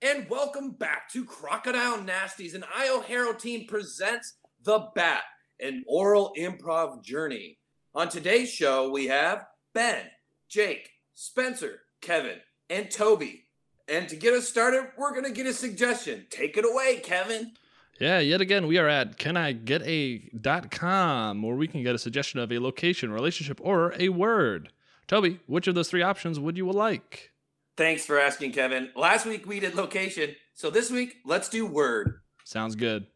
and welcome back to Crocodile Nasties, an IO Herald team presents The Bat, an oral improv journey. On today's show, we have Ben, Jake, Spencer, Kevin, and Toby. And to get us started, we're going to get a suggestion. Take it away, Kevin. Yeah, yet again, we are at caniget.com where we can get a suggestion of a location, relationship, or a word. Toby, which of those three options would you like? Thanks for asking, Kevin. Last week we did location, so this week let's do word. Sounds good.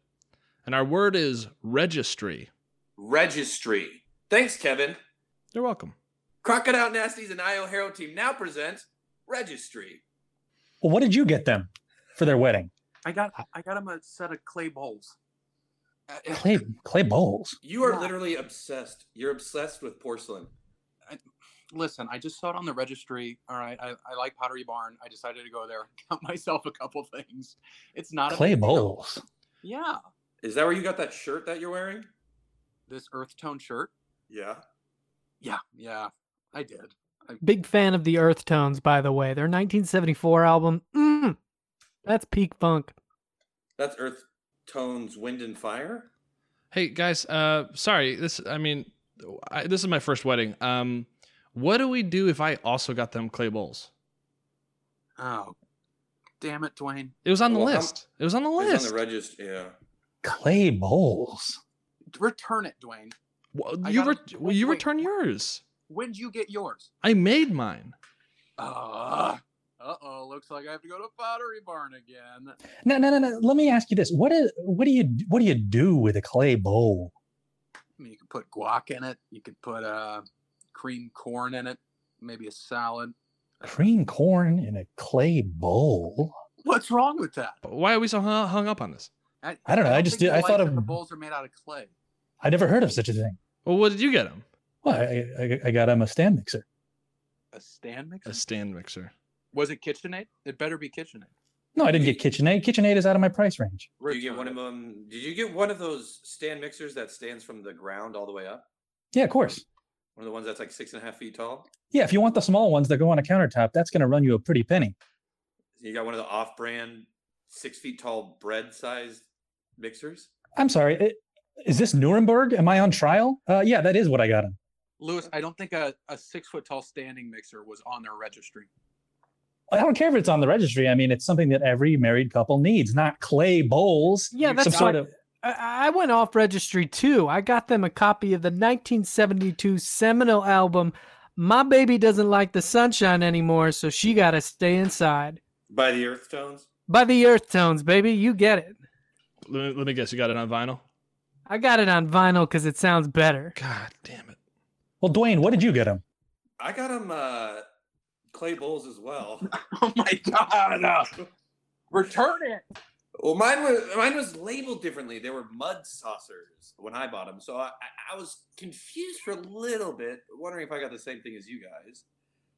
And our word is registry. Registry. Thanks, Kevin. You're welcome. Crocodile Nasties and IO Herald team now presents Registry. Well, what did you get them for their wedding? I got I got him a set of clay bowls. Uh, Clay clay bowls. You are Yeah. literally obsessed. You're obsessed with porcelain. Listen, I just saw it on the registry. All right, I, I like Pottery Barn. I decided to go there. Got myself a couple things. It's not Clay a big deal. bowls. Yeah, Is that where you got that shirt that you're wearing? this earth tone shirt. Yeah. Yeah, yeah, I did. Big fan of the Earth Tones, by the way. Their 1974 album, mm, that's peak funk. That's Earth Tones Wind and Fire? Hey guys, uh sorry, this I mean I, this is my first wedding. Um what do we do if I also got them clay bowls? Oh, damn it, Dwayne. It was on the Well, how- list. It was on the It's list. on the register. Yeah. Clay bowls. Return it, Dwayne. Well, I you got re- it. well, you Wait. return yours. When'd you get yours? I made mine. Uh oh, looks like I have to go to Pottery Barn again. No, no, no, no. Let me ask you this: what is what do you what do you do with a clay bowl? I mean, you could put guac in it. You could put uh, cream corn in it. Maybe a salad. Cream corn in a clay bowl. What's wrong with that? Why are we so hung, hung up on this? I don't know, I just think did- you'll I like thought that of- the bowls are made out of clay. I never heard of such a thing. Well, what did you get him? Well, I, I, I got him a stand mixer. A stand mixer? A stand mixer. Was it KitchenAid? It better be KitchenAid. No, I didn't get KitchenAid. KitchenAid is out of my price range. Did you get one of them? Did you get one of those stand mixers that stands from the ground all the way up? Yeah, of course. One of the ones that's like six and a half feet tall? Yeah, if you want the small ones that go on a countertop, that's going to run you a pretty penny. You got one of the off brand six feet tall bread sized mixers? I'm sorry. i- Is this Nuremberg? Am I on trial? Uh, yeah, that is what I got him. Lewis, I don't think a, a six foot tall standing mixer was on their registry. I don't care if it's on the registry. I mean, it's something that every married couple needs, not clay bowls. Yeah, some that's sort why- of. I I went off registry too. I got them a copy of the 1972 seminal album, My Baby Doesn't Like the Sunshine Anymore, so she gotta stay inside. By the Earth Tones? By the Earth Tones, baby, you get it. Let me, let me guess. You got it on vinyl. I got it on vinyl because it sounds better. God damn it. Well, Dwayne, what did you get him? I got him uh, clay bowls as well. Oh my God. uh, return it. Well, mine was mine was labeled differently. They were mud saucers when I bought them, so I, I- I was confused for a little bit, wondering if I got the same thing as you guys.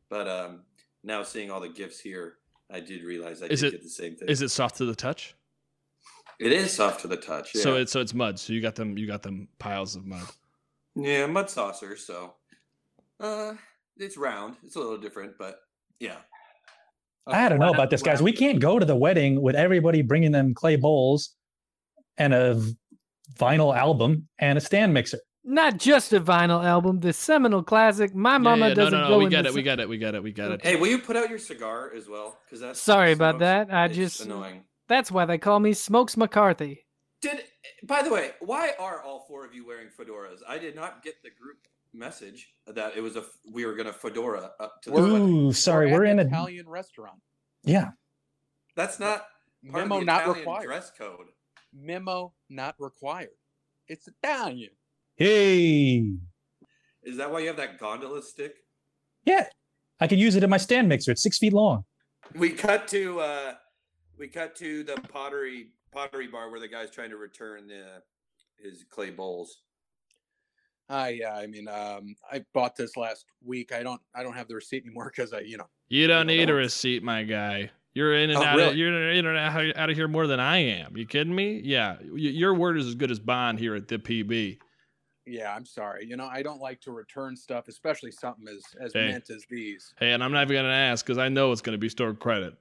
But um, now seeing all the gifts here, I did realize I Is did it- get the same thing. Is it soft to the touch? it is soft to the touch. Yeah. So it's so it's mud. So you got them. You got them piles of mud. yeah, mud saucer. So, uh, it's round. It's a little different, but yeah. I don't know about this, guys. We can't go to the wedding with everybody bringing them clay bowls and a v- vinyl album and a stand mixer. Not just a vinyl album, the seminal classic, My Yeah, Mama yeah, Doesn't No, no, no. Go We in got the Eh. it. We Sun- got it. We got it. We got it. Hey, will you put out your cigar as well? Because that's Sorry about smokes- that. I it's just. annoying. That's why they call me Smokes McCarthy. Did by the way, why are all four of you wearing fedoras? I did not get the group message that it was a f- we were gonna fedora up to the wedding. Ooh, sorry, we're, at in an a Italian restaurant. yeah. That's not part Memo of the not Italian required. dress code. Memo not required. It's Italian. Hey, Is that why you have that gondola stick? yeah, I could use it in my stand mixer. It's six feet long. We cut to uh we cut to the pottery pottery bar where the guy's trying to return the his clay bowls. Uh, yeah, I mean, um, I bought this last week. I don't, I don't have the receipt anymore because I, you know, You don't need a No. receipt, my guy. You're in and Oh, out. Of, really? you're in and out- out of here more than I am. You kidding me? Yeah. Y- Your word is as good as bond here at the PB. yeah, I'm sorry. You know, I don't like to return stuff, especially something as as Hey. mint as these. Hey, and I'm not even gonna ask because I know it's gonna be stored credit.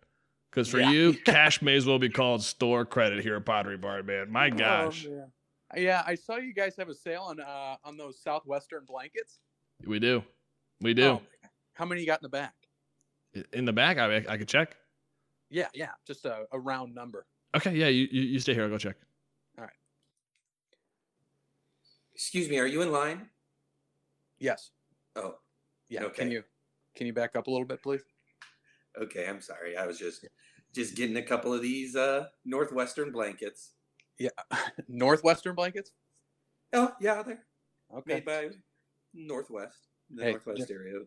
Because for Yeah. you, cash may as well be called store credit here at Pottery Barn, man. My gosh, Oh, yeah. yeah, I saw you guys have a sale on uh, on those southwestern blankets. we do, we do. Oh, how many you got in the back? In the back, I I could check. Yeah, yeah, just a, a round number. Okay, yeah, you, you you stay here. I'll go check. Excuse me, are you in line? Yes. Oh, Yeah. Okay. Can you can you back up a little bit, please? okay. I'm sorry. I was just just getting a couple of these uh northwestern blankets. Yeah. Northwestern blankets. Oh, yeah, they're Okay. made by Northwest, the Hey, Northwest just- area.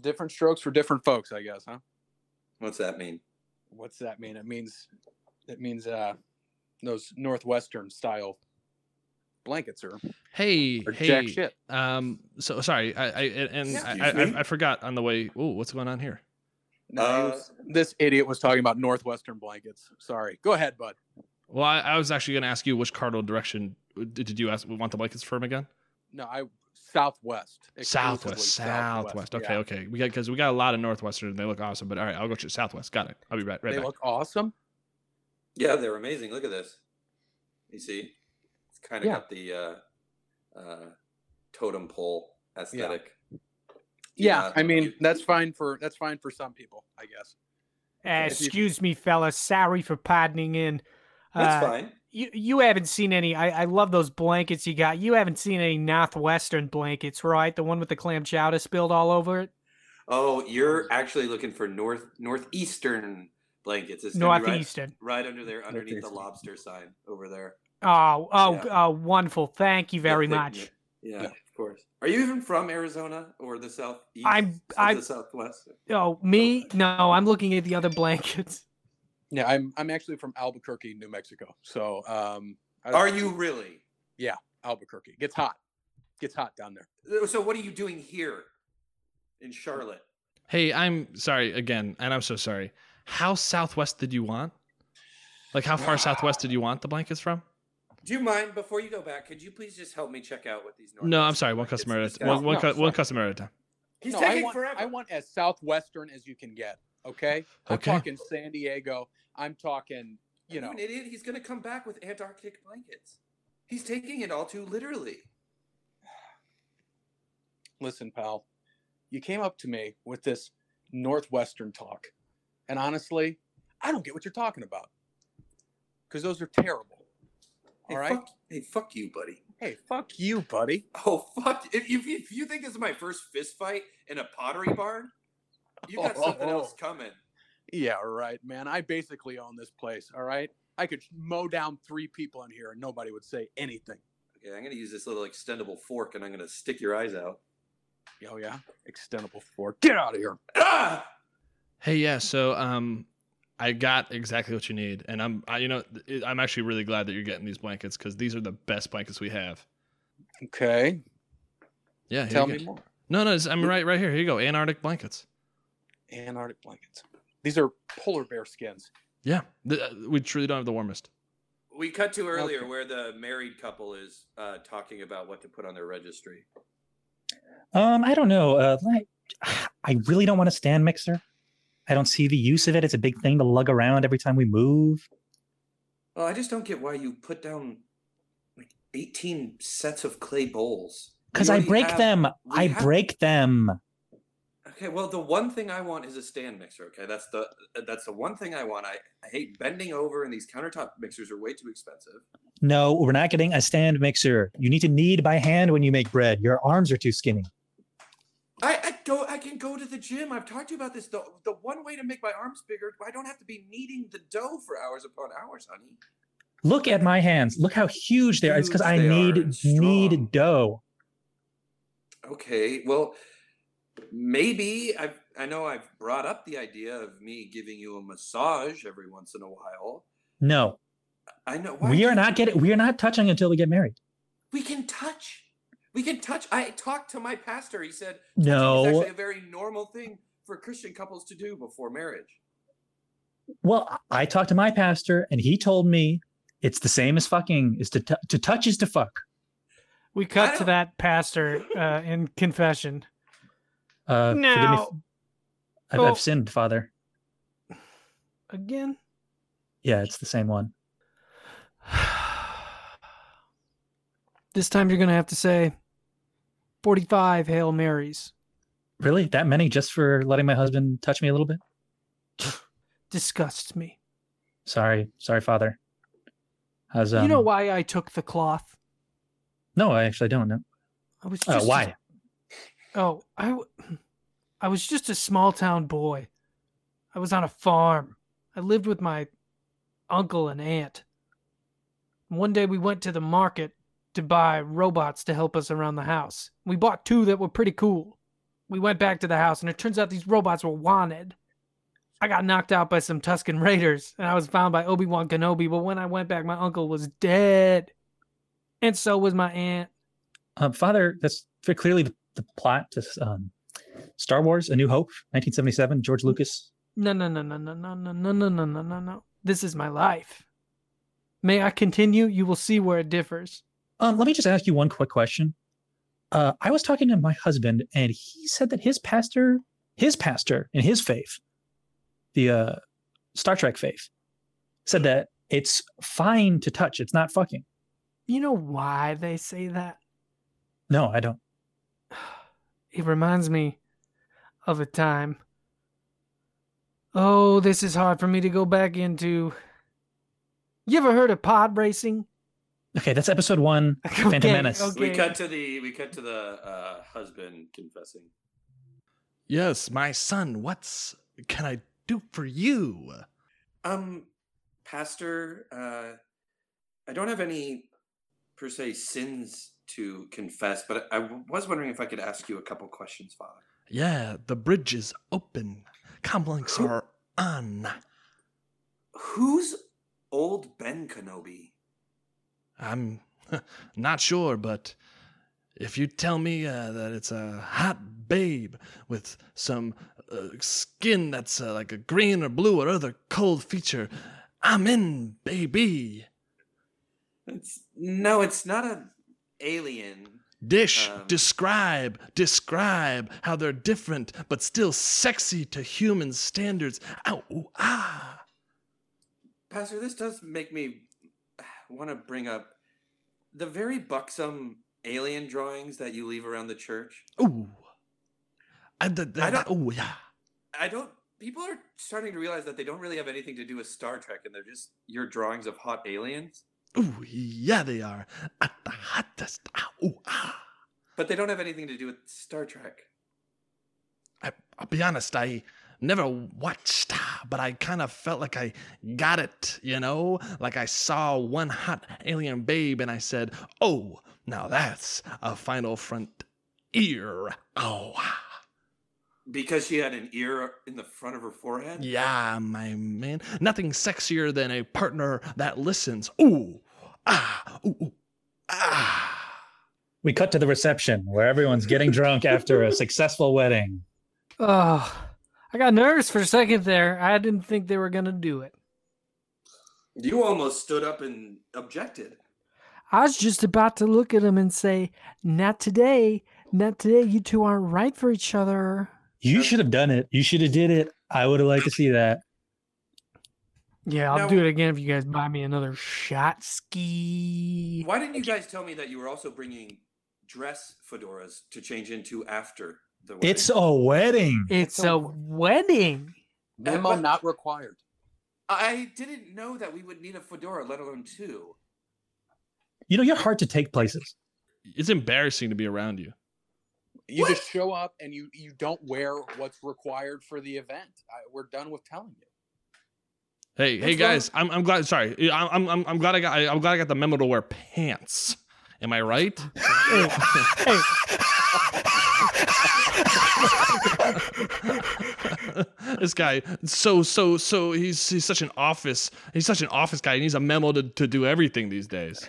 Different strokes for different folks, I guess, huh? What's that mean? What's that mean? It means it means uh those northwestern style blankets are, Hey, are hey, jack shit. um, so sorry, I, I and and I, I, Excuse me? I, I forgot on the way. Oh, what's going on here? No, he Uh, was- this idiot was talking about northwestern blankets. Sorry. Go ahead, bud. Well, I, I was actually going to ask you which cardinal direction uh, did, did you ask? Want the blankets from again? No, I southwest. exclusively Southwest, southwest. Okay, yeah. okay. We got because we got a lot of northwestern. and They look awesome, but all right, I'll go to southwest. Got it. I'll be right right They back. look awesome. Yeah, they're amazing. Look at this. You see, it's kind of Yeah. got the uh, uh, totem pole aesthetic. Yeah, Yeah. I mean that's fine for that's fine for some people, I guess. Uh, If you- excuse me, fellas. Sorry for pardoning in. That's Uh, fine. You you haven't seen any. I, I love those blankets you got. You haven't seen any Northwestern blankets, right? The one with the clam chowder spilled all over it. Oh, you're actually looking for north northeastern blankets. It's gonna be right- Northeastern. Right, under there, underneath the Northeastern. lobster sign over there. Oh oh Yeah. g- oh, wonderful. Thank you Yeah, very thank much. you. Yeah, Yeah. of course. Are you even from Arizona or the southeast? I'm- or I'm- the southwest. Oh me? No, I'm looking at the other blankets. Yeah, I'm I'm actually from Albuquerque, New Mexico. So um I- Are you really? Albuquerque? Gets hot. Gets hot down there. Uh, So what are you doing here in Charlotte? Hey, I'm sorry again, and I'm so sorry. How southwest did you want? Like, how far southwest did you want the blankets from? Do you mind before you go back? Could you please just help me check out what these? No, I'm Northwest sorry. One blankets customer and at these a time. guys- One, one, No, cu- it's one fine. customer at a time. He's No, taking I want, forever. I want as southwestern as you can get. Okay. I'm Okay. talking San Diego. I'm talking, you know. an idiot. He's gonna come back with Antarctic blankets. He's taking it all too literally. Listen, pal, you came up to me with this northwestern talk, and honestly, I don't get what you're talking about because those are terrible. Hey, All right. Fuck, hey, fuck you, buddy. Hey, fuck you, buddy. Oh fuck! If you, if you think this is my first fist fight in a pottery barn, you got something else coming. Yeah, right, man. I basically own this place. All right. I could mow down three people in here and nobody would say anything. Okay, I'm gonna use this little extendable fork and I'm gonna stick your eyes out. Oh, yeah. Extendable fork. Get out of here. Ah! Hey, yeah. So, um, I got exactly what you need, and I'm, I, you know, th- I'm actually really glad that you're getting these blankets because these are the best blankets we have. Okay. Yeah. here Tell you me go. more. No, no, it's- I'm right, right here. Here you go. Antarctic blankets. Antarctic blankets. These are polar bear skins. Yeah, th- uh, we truly don't have the warmest. We cut to earlier Okay. where the married couple is uh, talking about what to put on their registry. Um, I don't know. Uh, like, I really don't want a stand mixer. I don't see the use of it. It's a big thing to lug around every time we move. Well, I just don't get why you put down like 18 sets of clay bowls. We Because I already break have- them. we I have- break them. Okay, well, the one thing I want is a stand mixer. Okay, that's the that's the one thing I want. I, I hate bending over, and these countertop mixers are way too expensive. No, we're not getting a stand mixer. You need to knead by hand when you make bread. Your arms are too skinny. I, I go. I can go to the gym. I've talked to you about this. The the one way to make my arms bigger, I don't have to be kneading the dough for hours upon hours, honey. Look at my hands. Look how huge they are. It's because I Huge they are need and strong. need dough. Okay, well, maybe I have I know I've brought up the idea of me giving you a massage every once in a while. No, I know why we are can't not getting. We are not touching until we get married. We can touch. We can touch. I talked to my pastor. He said it's No. actually a very normal thing for Christian couples to do before marriage. Well, I- I talked to my pastor, and he told me it's the same as fucking. Is to t- to touch is to fuck. We I cut to don't- that pastor uh, in confession. Uh, forgive me. Now- I've, well- I've sinned, Father. again? Yeah, it's the same one. This time you're going to have to say 45 Hail Marys. Really? That many just for letting my husband touch me a little bit? Disgusts me. Sorry. Sorry, father. How's um, you know why I took the cloth? No, I actually don't know. I was Uh, just why? Oh, I, w- I was just a small town boy. I was on a farm. I lived with my uncle and aunt. One day we went to the market to buy robots to help us around the house. We bought two that were pretty cool. We went back to the house, and it turns out these robots were wanted. I got knocked out by some Tuscan Raiders, and I was found by Obi Wan Kenobi. But when I went back, my uncle was dead, and so was my aunt. Um, father, that's very clearly the, the plot to um, Star Wars: A New Hope, 1977. George Lucas. No, no, no, no, no, no, no, no, no, no, no, no, no. This is my life. May I continue? You will see where it differs. Um, let me just ask you one quick question. Uh, I was talking to my husband, and he said that his pastor, his pastor in his faith, the uh, Star Trek faith, said that it's fine to touch. It's not fucking. You know why they say that? No, I don't. It reminds me of a time. Oh, this is hard for me to go back into. You ever heard of pod racing? Okay, that's episode one. Phantom Menace. We cut to the we cut to the uh, husband confessing. Yes, my son, what's can I do for you? Um, Pastor, uh, I don't have any per se sins to confess, but I I was wondering if I could ask you a couple questions, Father. Yeah, the bridge is open. Comlinks Who- are on. Who's old Ben Kenobi? I'm not sure, but if you tell me uh, that it's a hot babe with some uh, skin that's uh, like a green or blue or other cold feature, I'm in, baby. It's no, it's not an alien. Dish, Um. describe, describe how they're different but still sexy to human standards. Ow, ooh, ah. Pastor, this does make me want to bring up the very buxom alien drawings that you leave around the church. Ooh. I, d- d- I don't- ooh, yeah. I don't. People are starting to realize that they don't really have anything to do with Star Trek, and they're just your drawings of hot aliens. Ooh, yeah, they are. At the hottest. Ah, ooh, ah. But they don't have anything to do with Star Trek. I, I'll be honest, I never watched, ah, but I kind of felt like I got it, you know? Like I saw one hot alien babe and I said, oh, now that's a final front ear. Oh, ah. Because she had an ear in the front of her forehead? yeah, my man. Nothing sexier than a partner that listens. Ooh, ah, ooh, ooh, ah. We cut to the reception where everyone's getting drunk after a successful wedding. Oh, I got nervous for a second there. I didn't think they were going to do it. You almost stood up and objected. I was just about to look at him and say, Not today. Not today. You two aren't right for each other. You should have done it. You should have did it. I would have liked to see that. Yeah, I'll Now- do it again if you guys buy me another shot ski. Why didn't you guys tell me that you were also bringing dress fedoras to change into after the wedding? It's a wedding. It's So- a wedding. Memo but- not required. I didn't know that we would need a fedora, let alone two. You know, you're hard to take places. It's embarrassing to be around you. You just show up and you you don't wear what's required for the event. I, we're done with telling you. Hey, That's hey wrong. guys, I'm, I'm glad. Sorry, I- I'm, I'm, I'm glad I got I, am glad I got the memo to wear pants. Am I right? Hey, hey, this guy, so so so he's he's such an office he's such an office guy. He needs a memo to, to do everything these days.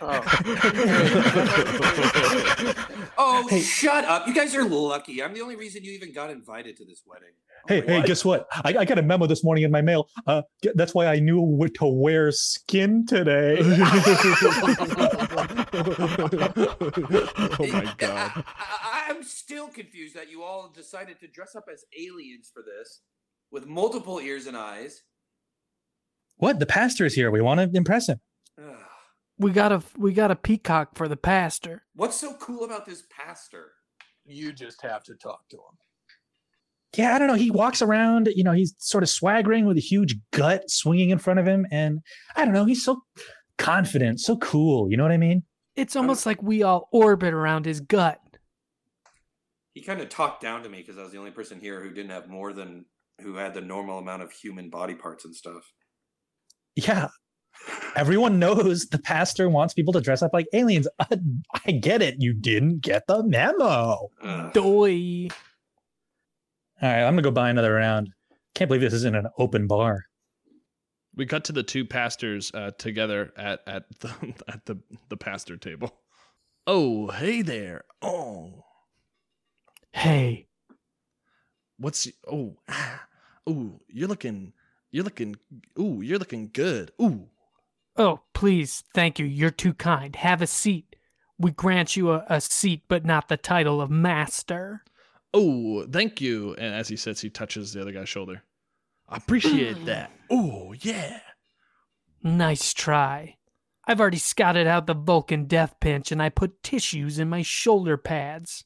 Oh, Hey. shut up. You guys are lucky. I'm the only reason you even got invited to this wedding. Hey, hey, guess what? I, I got a memo this morning in my mail. Uh, g- that's why I knew what to wear skin today. oh my god. I, I, I'm still confused that you all decided to dress up as aliens for this with multiple ears and eyes. What? The pastor is here. We want to impress him. Ugh. We got a we got a peacock for the pastor. What's so cool about this pastor? You just have to talk to him. Yeah, I don't know. He walks around, you know, he's sort of swaggering with a huge gut swinging in front of him. And I don't know, he's so confident, so cool. You know what I mean? It's almost like we all orbit around his gut. He kind of talked down to me because I was the only person here who didn't have more than who had the normal amount of human body parts and stuff. Yeah. Everyone knows the pastor wants people to dress up like aliens. I get it. You didn't get the memo. Hmm. Ugh. Doy. All right, I'm gonna go buy another round. Can't believe this isn't an open bar. We cut to the two pastors uh, together at at the at the the pastor table. Oh, hey there. Oh, Hey, what's oh ah, ooh you're looking you're looking ooh you're looking good ooh oh, please, thank you. You're too kind. Have a seat. We grant you a, a seat, but not the title of master. oh thank you. And as he says, he touches the other guy's shoulder. I appreciate that. Ooh yeah. Nice try. I've already scouted out the Vulcan death pinch and I put tissues in my shoulder pads.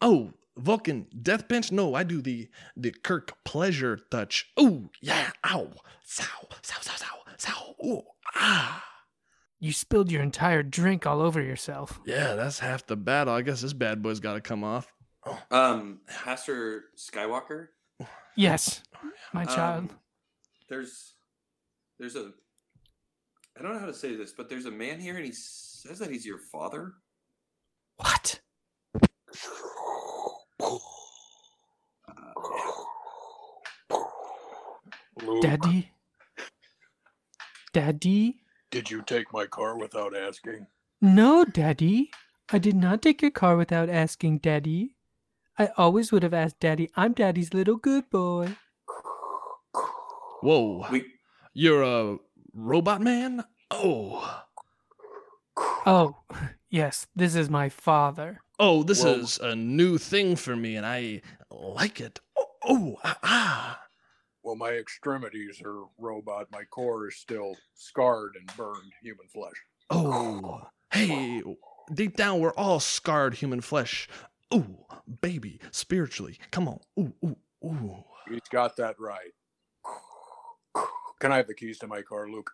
Oh, Vulcan death bench. No, I do the the Kirk pleasure touch. Ooh, yeah. Ow. Sow. Sow. Sow. Sow. Sow. Ooh. Ah. You spilled your entire drink all over yourself. Yeah, that's half the battle. I guess this bad boy's got to come off. Um, Pastor Skywalker. Yes, my child. um, there's, there's a. I don't know how to say this, but there's a man here, and he says that he's your father. What? Luke, Daddy? Daddy? did you take my car without asking? No, Daddy. I did not take your car without asking Daddy. I always would have asked Daddy. I'm Daddy's little good boy. Whoa. We You're a robot man? Oh. Oh, yes, this is my father. Oh, this Whoa. is a new thing for me and I like it. Oh, oh ah, ah. Well, my extremities are robot. My core is still scarred and burned human flesh. Oh. Hey, deep down we're all scarred human flesh. Ooh, baby, spiritually. Come on. Ooh, ooh, ooh. He's got that right. Can I have the keys to my car, Luke?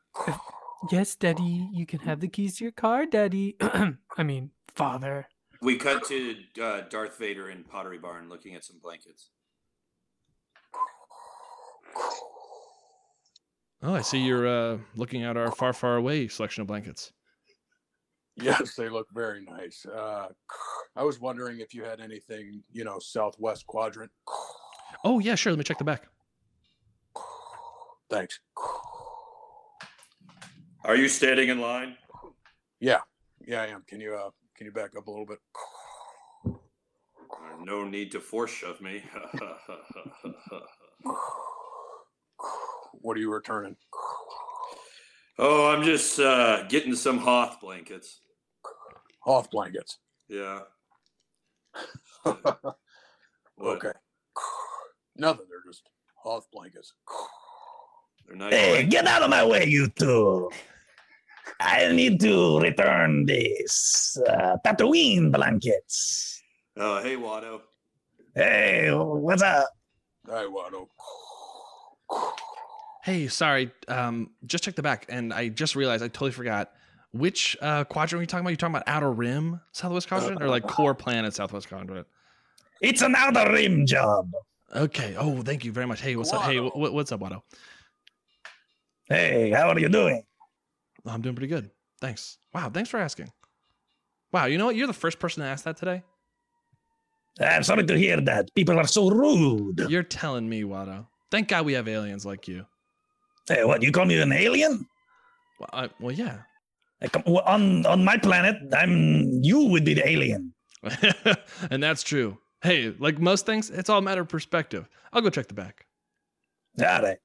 Yes, Daddy, you can have the keys to your car, Daddy. I mean, father. we cut to uh, Darth Vader in Pottery Barn looking at some blankets. Oh, I see you're uh, looking at our far, far away selection of blankets. Yes, they look very nice. Uh, I was wondering if you had anything, you know, southwest quadrant. Oh, yeah, sure. Let me check the back. Thanks. Are you standing in line? Yeah, yeah, I am. Can you uh, can you back up a little bit? Uh, No need to force shove me. What are you returning? oh, I'm just uh, getting some Hoth blankets. Off blankets. Yeah. What? okay. Nothing. They're just off blankets. They're nice. Hey, get out of my way, you two! I need to return these uh, Tatooine blankets. Oh, hey, Watto. Hey, what's up? I want Hey, sorry. Um, just check the back, and I just realized I totally forgot. Which uh, quadrant are you talking about? You talking about Outer Rim, Southwest Quadrant, or like core planet, Southwest Quadrant? It's an outer rim job. Okay. Oh, thank you very much. Hey, what's up? Hey, wh- wh- what's up, Otto? Hey, how are you doing? I'm doing pretty good. Thanks. Wow. Thanks for asking. Wow. You know what? You're the first person to ask that today. I'm sorry to hear that. People are so rude. You're telling me, Watto. Thank God we have aliens like you. Hey, what? You call me an alien? Well, I, well yeah. I come- well, on on my planet, I'm you would be the alien. and that's true. Hey, like most things, it's all a matter of perspective. I'll go check the back. All right.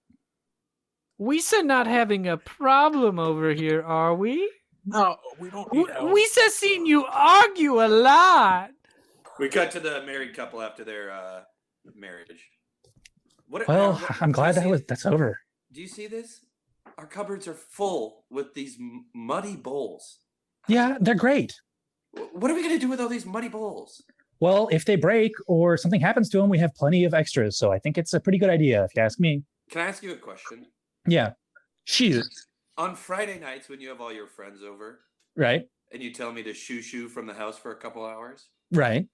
We said not having a problem over here, are we? No, we don't We, need help. we said seen you argue a lot. We cut to the married couple after their uh, marriage. What, Well, uh, what- I'm do you glad that see- was that's over. Do you see this? our cupboards are full with these m- muddy bowls. Yeah, they're great. Wh- What are we going to do with all these muddy bowls? Well, if they break or something happens to them, we have plenty of extras. So I think it's a pretty good idea, if you ask me. Can I ask you a question? Yeah, Jesus. On Friday nights, when you have all your friends over right, and you tell me to shoo shoo from the house for a couple hours, right,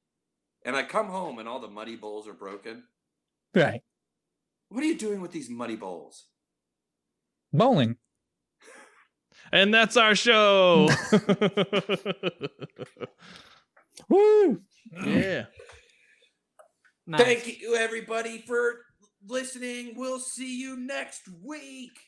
and I come home and all the muddy bowls are broken, right. what are you doing with these muddy bowls? Bowling. And that's our show. Woo! yeah. Nice. Thank you, everybody, for listening. We'll see you next week.